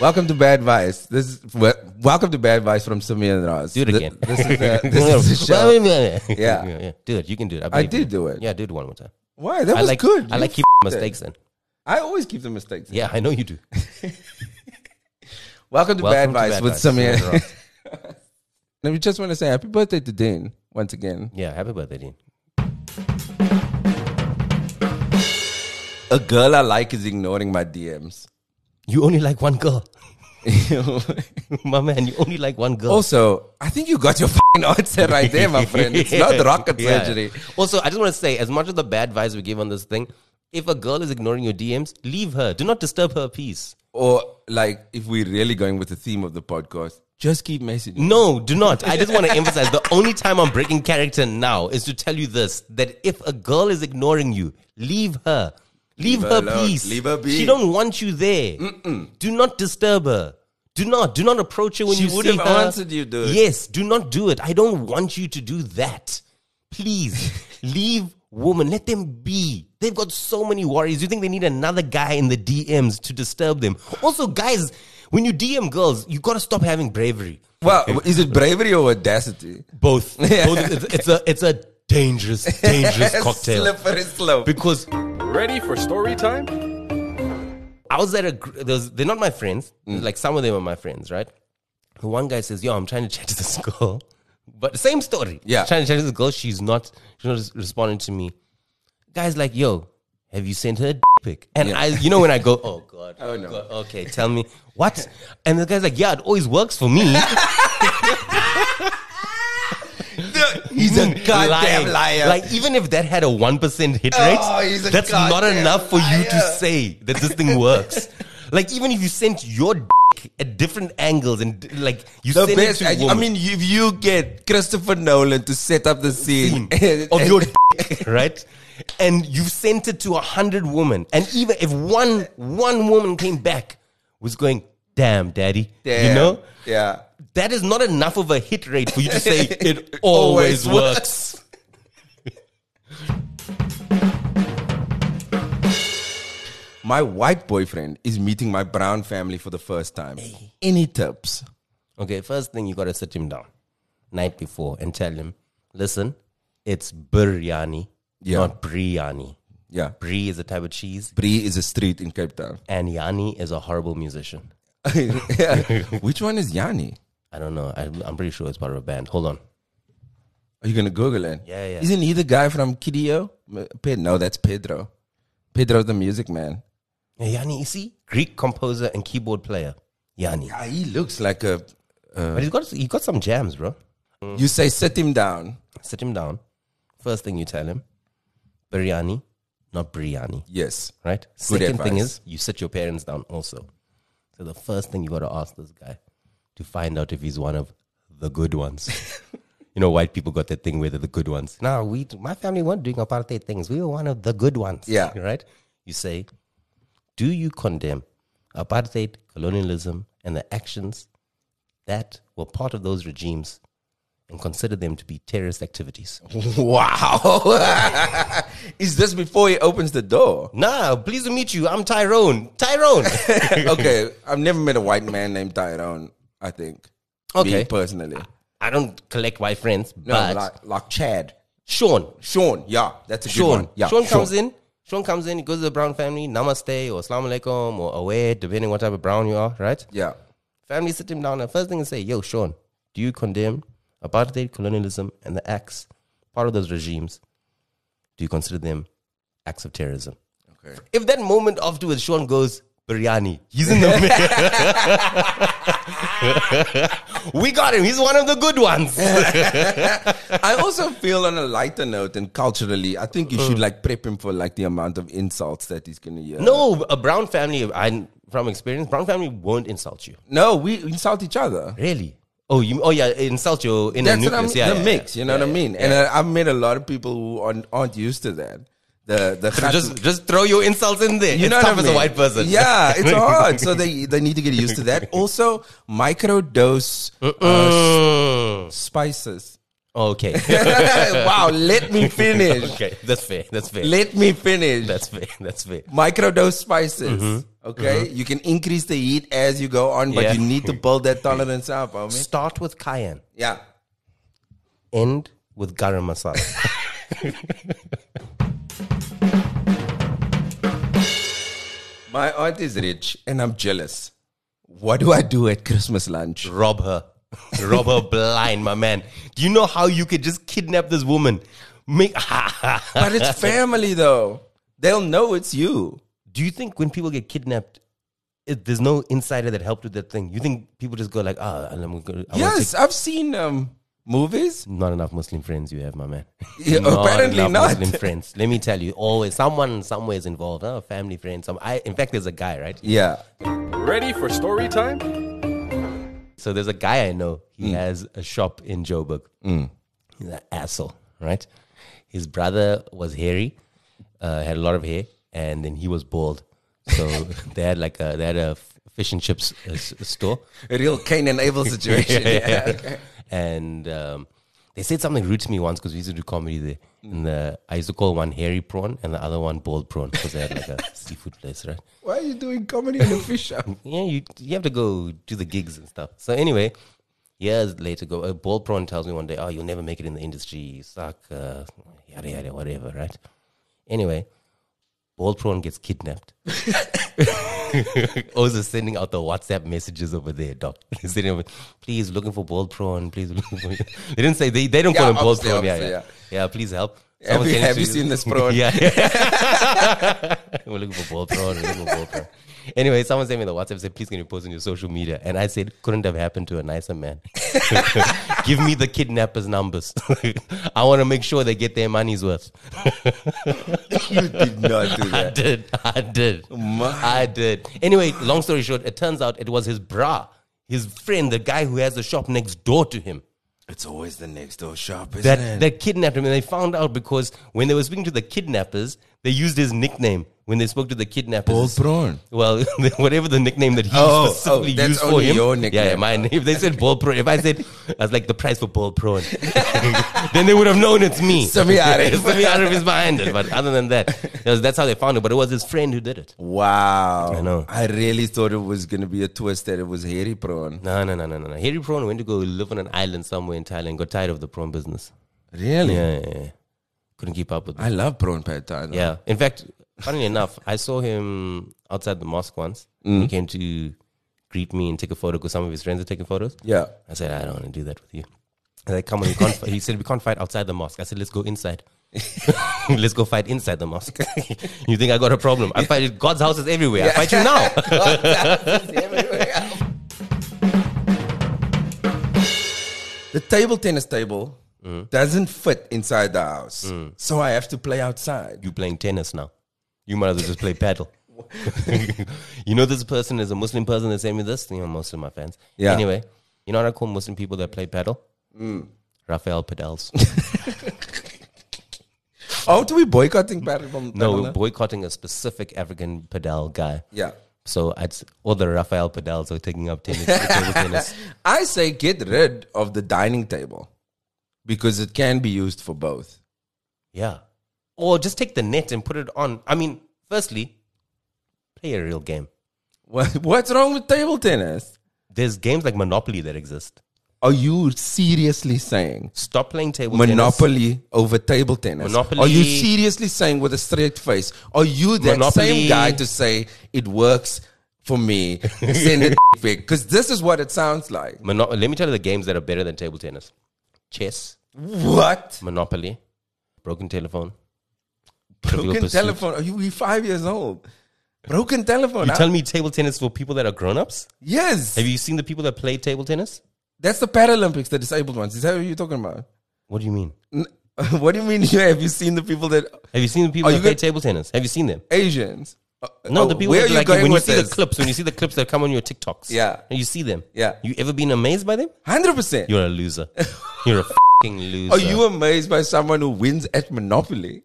Welcome to Bad Vice. This is wel- welcome to Bad Vice from Samir and Roz. Do it Th- again. This is the, this is the show. yeah. Yeah. yeah. Do it. You can do it. I believe did you. do it. Yeah, do it one more time. Why? That I was like good. I You like keep f- it. mistakes then. I always keep the mistakes. Yeah, I know you do. Welcome to Welcome to Bad Vice Bad with Vice, Samir. Samir and Roz. and we just want to say happy birthday to Dean once again. Yeah, happy birthday, Dean. A girl I like is ignoring my DMs. You only like one girl. my man, you only like one Oh, girl. also, I think you got your fucking answer right there, my friend. It's not rocket Yeah. surgery. Also, I just want to say, as much as the bad vibes we give on this thing, if a girl is ignoring your DMs, leave her. Do not disturb her peace. Or like if we're really going with the theme of the podcast, just keep messaging. No, do not. I just want to emphasize the only time I'm breaking character now is to tell you this that if a girl is ignoring you, leave her. Leave, her her, alone. peace. Leave her be. She don't want you there. Do not disturb her. Do not. Do not approach her when She you would see have her. answered you, dude. Yes, do not do it. I don't want you to do that. Please leave women. Let them be. They've got so many worries. You think they need another guy in the DMs to disturb them? Also, guys, when you DM girls, you gotta stop having bravery. Well, is it bravery or audacity? Both. Both. It's, it's a it's a dangerous, dangerous cocktail. Slippery slope. Because Ready for story time? I was at a gr- there's they're not my friends. Mm. Like some of them are my friends, right? The one guy says, "Yo, I'm trying to chat to this girl," but same story. Yeah. trying to chat to this girl. She's not. She's not res- responding to me. Guys, like, yo, have you sent her a dick pic? And I, you know, when I go, oh god, oh no. God, okay, tell me what? And the guy's like, yeah, it always works for me. He's a goddamn liar. Hmm. Mm. Like, even if that had a 1% hit rate, Oh, he's a that's not goddamn enough for you to liar. say that this thing works. like, even if you sent your dick at different angles and, d- like, you the send best. it to I, a I woman mean, if you get Christopher Nolan to set up the scene, Hmm. of your dick, right? And you've sent it to a hundred women. And even if one, one woman came back, was going, damn, daddy, Damn. you know? yeah, That is not enough of a hit rate for you to say it Always always works. my white boyfriend is meeting my brown family for the first time. Any tips? Okay, first thing you gotta sit him down night before and tell him, listen, it's biryani, Yeah. not biryani. Yeah, Bri is a type of cheese, Bree is a street in Cape Town. and Yani is a horrible musician. Which one is Yanni? I don't know. I, I'm pretty sure it's part of a band. Hold on. Are you gonna Google it? Yeah, yeah. Isn't he the guy from Kidio? No, that's Pedro. Pedro's the music man. Yeah, Yani, you see, Greek composer and keyboard player, Yani. Ah, he looks like a. But he's got he got some jams, bro. Mm. You say sit him down. Sit him down. First thing you tell him, biryani, not biryani. Yes. right? Second thing advice. is you sit your parents down also. So the first thing you got to ask this guy to find out if he's one of the good ones. you know, white people got that thing where they're the good ones. No, we, my family weren't doing apartheid things. We were one of the good ones. Yeah. right. You say, do you condemn apartheid, colonialism, and the actions that were part of those regimes? And consider them to be terrorist activities. Wow. is this before he opens the door? Nah, pleased to meet you. I'm Tyrone. Tyrone. okay, I've never met a white man named Tyrone. I think. Okay. Me personally. I don't collect white friends, No, but like, like Chad. Sean. Sean. Yeah, that's a good Sean. one. Yeah, Sean comes in. Sean comes in, he goes to the brown family, namaste or salam alaikum or away, depending what type of brown you are, right? Yeah. Family sit him down and first thing they say, yo, Sean, do you condemn apartheid, colonialism, and the acts, part of those regimes? Do you consider them acts of terrorism? Okay. If that moment afterwards Sean goes, biryani, he's in the We got him. He's one of the good ones. I also feel on a lighter note and culturally, I think you should like prep him for like the amount of insults that he's gonna hear. Mm. No, a brown family, I from experience, brown family won't insult you. no, we insult each other. Really? Oh, you? Oh, yeah, insult you in That's a what I'm, nucleus. Yeah, the yeah, mix. yeah. You know what I mean? And I, I've met a lot of people who aren't, aren't used to that. The the So just just throw your insults in there. you it's know what tough I as a mean? white person. Yeah, it's hard. So they they need to get used to that. Also, microdose uh, Mm. spices. Okay. wow, let me finish. okay. That's fair. That's fair. Let me finish. That's fair. That's fair. Microdose spices. Okay, you can increase the heat as you go on, but Yeah. you need to build that tolerance up, homie. Start with cayenne, Yeah. end with garam masala. My aunt is rich and I'm jealous. What do I do at Christmas lunch? rob her. Rob her blind, my man. Do you know how you could just kidnap this woman? Make But it's family though. They'll know it's you. Do you think when people get kidnapped, it, there's no insider that helped with that thing? You think people just go like, ah, and I'm gonna, I wanna Yes, I've seen um movies. take-" not enough Muslim friends you have, my man. Yeah, apparently enough not. Muslim friends. Let me tell you, always someone somewhere is involved. Oh, family friends. Some, I, in fact, there's a guy, right? Yeah. Ready for story time? So there's a guy I know. Mm. He has a shop in Joburg. He's an asshole, right? His brother was hairy, uh, had a lot of hair, and then he was bald. So they had like a they had a f- fish and chips uh, s- store, A real Cain and Abel situation. yeah. and um, they said something rude to me once because we used to do comedy there. And the, I used to call one hairy prawn and the other one bald prawn because they had like a seafood place, right? Why are you doing comedy on a fish up? yeah, you you have to go do the gigs and stuff. So anyway, years later, go a bald prawn tells me one day, "Oh, you'll never make it in the industry. You suck, uh, yada yada, whatever." Right? Anyway, bald prawn gets kidnapped. also sending out the WhatsApp messages over there, doc. They're sending over, please looking for bald prawn. Please, looking for... they didn't say they they don't Yeah, call him bald obviously, prawn. Yeah, yeah, obviously, yeah, Please help. Have you, Someone send it have to you seen this prawn? yeah. we're looking for ball prawn. We're looking for ball prawn. Anyway, someone sent me the WhatsApp said, please can you post on your social media? And I said, couldn't have happened to a nicer man. Give me the kidnappers' numbers. I want to make sure they get their money's worth. You did not do I that. did. I did. My- I did. Anyway, long story short, it turns out it was his bra, his friend, the guy who has the shop next door to him. It's always the next door shop, isn't that, it? that kidnapped him. And they found out because when they were speaking to the kidnappers, they used his nickname when they spoke to the Bald kidnappers. prawn. Well, whatever the nickname that he Oh, specifically oh, that's used for only him. your Yeah, yeah, nickname. my name. If they said ball prawn, if I said, I was like the price for ball prawn, then they would have known it's me. Sami Arif. Sami Arif is behind it. But other than that, that was- that's how they found it. But it was his friend who did it. Wow. I know. I really thought it was going to be a twist that it was hairy prawn. No, no, no, no, no. no. Harry Prawn went to go live on an island somewhere in Thailand, got tired of the prawn business. Really? Yeah, yeah, yeah. Couldn't keep up with it. I love prawn pad thai. though. Yeah. In fact, funnily enough, I saw him outside the mosque once. He came to greet me and take a photo because some of his friends are taking photos. Yeah. I said, I don't want to do that with you. And they come on, we can't fight. he said, we can't fight outside the mosque. I said, let's go inside. let's go fight inside the mosque. you think I got a problem? I fight it. God's house is everywhere. I fight you now. The table tennis table doesn't fit inside the house. So I have to play outside. you playing tennis now. You might as well just play paddle. you know this person is a Muslim person that sent me this. You know most of my fans. Yeah. Hmm. Anyway, you know what I call Muslim people that play paddle? Rafael pedals. Aren't we boycotting paddle? no, we're boycotting a specific African pedal guy. Yeah. So it's all the Rafael pedals are taking up tennis. table tennis. I say get rid of the dining table because it can be used for both. Yeah. Or just take the net and put it on. I mean, firstly, play a real game. What, what's wrong with table tennis? There's games like Monopoly that exist. Are you seriously saying Stop playing table tennis. Monopoly over table tennis. Monopoly- Are you seriously saying with a straight face? Are you that Monopoly- same guy to say it works for me? Send it back because this is what it sounds like. Mono- let me tell you the games that are better than table tennis chess, What Monopoly, Broken Telephone. Trivial broken Pursuit. telephone? Are you we five years old? Broken telephone. You huh? tell me table tennis for people that are grown ups? yes, Have you seen the people that play table tennis? that's the Paralympics, the disabled ones. Is that what you're talking about? What do you mean? N- What do you mean? you- Have you seen the people that Have you seen the people Are that you play gonna- table tennis? Have you seen them? Asians? Uh, No, uh, the people where that, are you like going when you with see this? the clips, when you see the clips that come on your TikToks. Yeah. and You see them. Yeah. You ever been amazed by them? Hundred percent. You're a loser. You're a fucking loser. Are you amazed by someone who wins at Monopoly?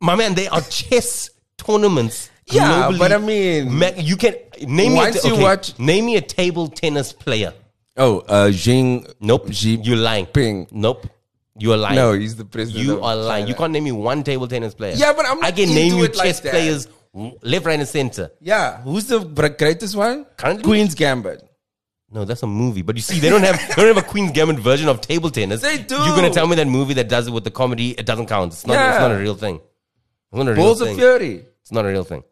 My man, they are chess tournaments. Yeah, globally. but I mean- Ma- you can name me. Once A ta- you okay, watch- name me a table tennis player. Oh, uh, Xing. Nope. Xi You're lying. Ping. Nope. You're lying. No, he's the president. you of are lying. China. You can't name me one table tennis player. Yeah, but I'm I not can into name you it like chess that. players Left, right, and center. Yeah, who's the br- greatest one? Currently? Queen's Gambit. No, that's a movie. But you see, they don't have they don't have a Queen's Gambit version of table tennis. They do. You're gonna tell me that movie that does it with the comedy? It doesn't count. It's not. It's Yeah. not a real thing. It's not a real Balls of thing. Fury. It's not a real thing.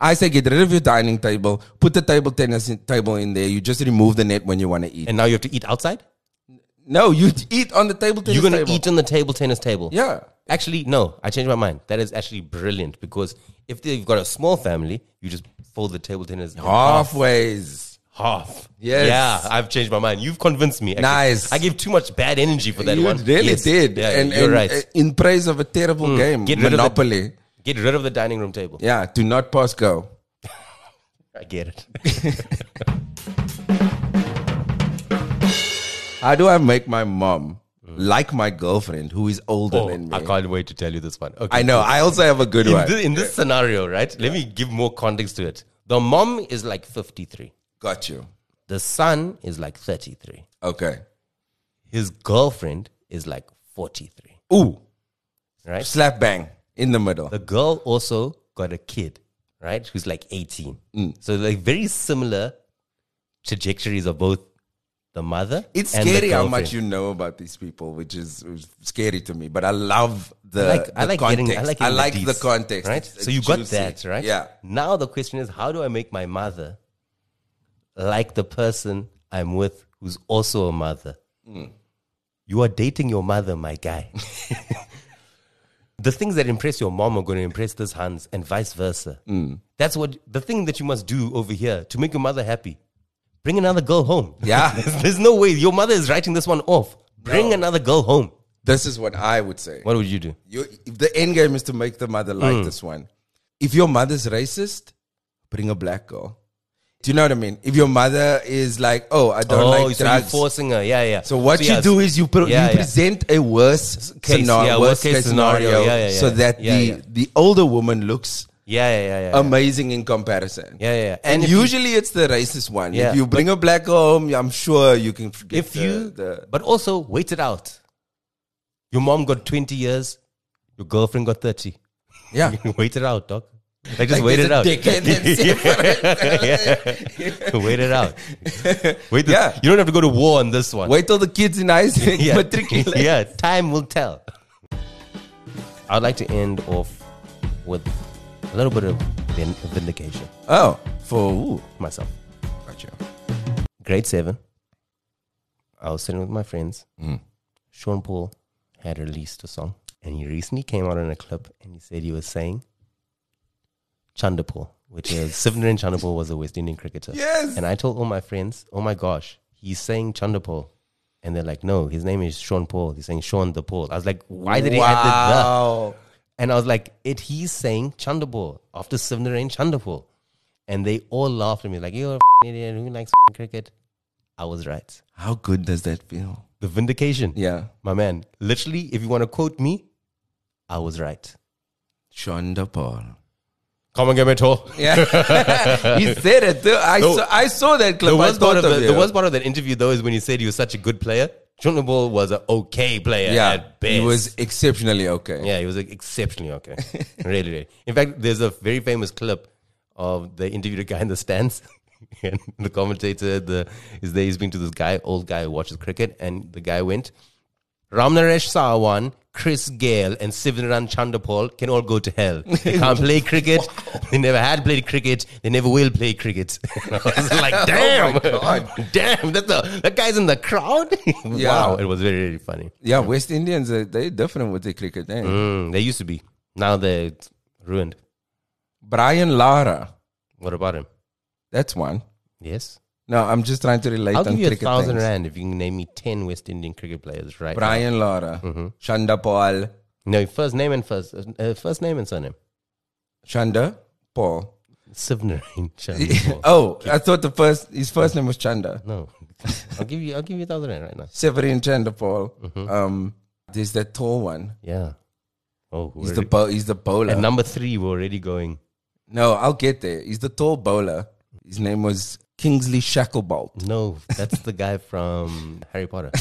I say get rid of your dining table, put the table tennis in, table in there. You just remove the net when you want to eat. And now you have to eat outside. no, you t- eat on the table tennis You're gonna table. eat on the table tennis table. Yeah. Actually, no. I changed my mind. That is actually brilliant because if they've got a small family, you just fold the table tennis in Ah. Halfways. half. Yes. Yeah, I've changed my mind. You've convinced me. actually. Nice. I gave too much bad energy for that you one. really Yes. did. Yeah, and you're and, right. Mm. uh, in praise of a terrible game, Get rid of the- Monopoly. Get rid of the dining room table. yeah, do not pass go. I get it. How do I make my mom like my girlfriend who is older Oh, than me? I can't wait to tell you this one. Okay. I know. I also have a good In, one. thi- in this scenario, right? Let me give more context to it. The mom is like 53. Got you. The son is like 33. Okay. His girlfriend is like 43. Ooh, Right? slap bang in the middle. The girl also got a kid, right? Who's like 18. Mm. So like very similar trajectories of both the mother. It's and the scary how much girlfriend. you know about these people, which is, is scary to me. But I love the, I like, the I like context. getting, I like, getting the, deets, context. right? It's- it's so you got juicy. that, right? Yeah. Now the question is, how do I make my mother like the person I'm with, who's also a mother? Mm. You are dating your mother, my guy. the things that impress your mom are going to impress this Hans, and vice versa. Mm. That's what the thing that you must do over here to make your mother happy. Bring another girl home. Yeah. there's, there's no way your mother is writing this one off. Bring another girl home. This is what I would say. What would you do? You, if the end game is to make the mother like Mm. this one, if your mother's racist, bring a black girl. Do you know what I mean? If your mother is like, oh, I don't oh, like so drugs. you're forcing her. Yeah, yeah. so what you yeah, do is you, pro- Yeah, you yeah. present a worse Case, scenario, yeah, worst case scenario, Yeah, yeah, so yeah. that Yeah, the, yeah. the older woman looks Yeah, yeah, yeah, yeah. yeah. amazing in comparison. Yeah, yeah, yeah. And, And if you- usually it's the racist one. Yeah. if you bring a black home, I'm sure you can forget if you, the, but also wait it out. Your mom got 20 years, your girlfriend got 30. yeah. wait it out, dog. Like, just Like, wait there's it a out. decade that's Yeah. Wait it out. Wait the- Yeah. You don't have to go to war on this one. Wait till the kids in Isaac yeah. matriculate. yeah, time will tell. I'd like to end off with a little bit of vin- vindication Oh, for ooh, myself. gotcha. grade seven, I was sitting with my friends. Mm. Sean Paul had released a song, and he recently came out in a clip, and he said he was saying Chandapur, which is Sivnaren Chandapur was a West Indian cricketer. Yes. And I told all my friends, "Oh my gosh, he's saying Chandapur," and they're like, "No, his name is Sean Paul. He's saying Sean the Paul." I was like, "Why did he add the the?" Wow. And I was like, it he's saying Chandapur after Sivnarain Chandapur. And they all laughed at me, like, you're a f***ing idiot. Who likes f***ing cricket? I was right. How good does that feel? The vindication. Yeah. My man, literally, if you want to quote me, I was right. Shonda Paul. Come and get me tall. Yeah. he said it. Too. I, No. saw, I saw that clip. The I worst, part thought of the, the you. worst part of that interview, though, is when he said he was such a good player. Chandapur was an okay player Yeah. at best. He was exceptionally okay. Yeah, he was like, exceptionally okay. really, really. In fact, there's a very famous clip of the interviewed guy in the stands. and the commentator the, is there. He's been to this guy, old guy who watches cricket. And the guy went, Ramnaresh Sawan, Chris Gale, and Sivanan Chandapal can all go to hell. They can't play cricket. They never had played cricket. They never will play cricket. I was like, damn. Damn. That's the, that guy's in the crowd. Wow. It was very, very funny. Yeah, West Indians, uh, they're different with the cricket. Eh? Mm, they used to be. Now they're ruined. Brian Lara. What about him? That's one. Yes. No, I'm just trying to relate I'll on give you a cricket thousand things. rand if you can name me 10 West Indian cricket players right now. Brian Lara, Mm-hmm. Shanda Paul, No, first name and first uh, first name and surname. Shanda Paul. Sivnarain Chandapal. Oh, I thought the first his first name was Chanda. No. I'll give you I'll give you a thousand rand right now. Severin Chanda Paul. Mm-hmm. Um, there's that tall one. Yeah. Oh, we're He's the already- bo- he's the bowler. at number three, we're already going. no, I'll get there. He's the tall bowler. His name was Kingsley Shacklebolt. No, that's the guy from Harry Potter.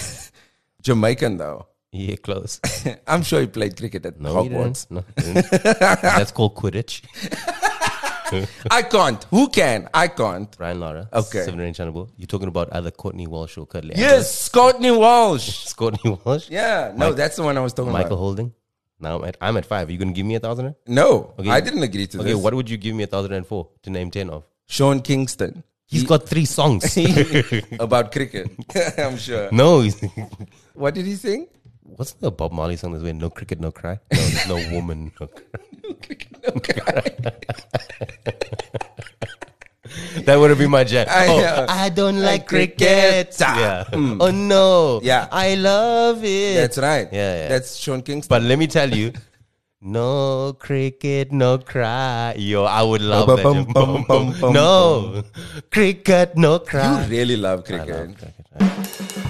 Jamaican though. Yeah, close. I'm sure he played cricket at No, he Hogwarts. didn't. No, he didn't. That's called Quidditch. I can't. Who can? I can't. Brian Lara. Okay. Seven Rain Channel. You're talking about either Courtney Walsh or Cuddly. Yes, Courtney Walsh. It's Courtney Walsh. Yeah, no, that's the one I was talking Michael about. Holding. Now I'm at, I'm at five. Are you going to give me a thousand? No, I didn't agree to Okay, this. what would you give me a thousand and four to name ten of? Sean Kingston He's got three songs. about cricket. I'm sure. no, he's, What did he sing? what's the Bob Marley song that's where no cricket, no cry? No, there's no woman, no cry. That would have been my jam. I oh, know. I don't like cricket. cricket. Ah, Yeah. Oh no. Yeah. I love it. That's right. Yeah, yeah. That's Sean Kingston. But let me tell you, no cricket, no cry. Yo, I would love that. Oh, Bum, bum, bum, bum, no cricket, no cry. you really love cricket.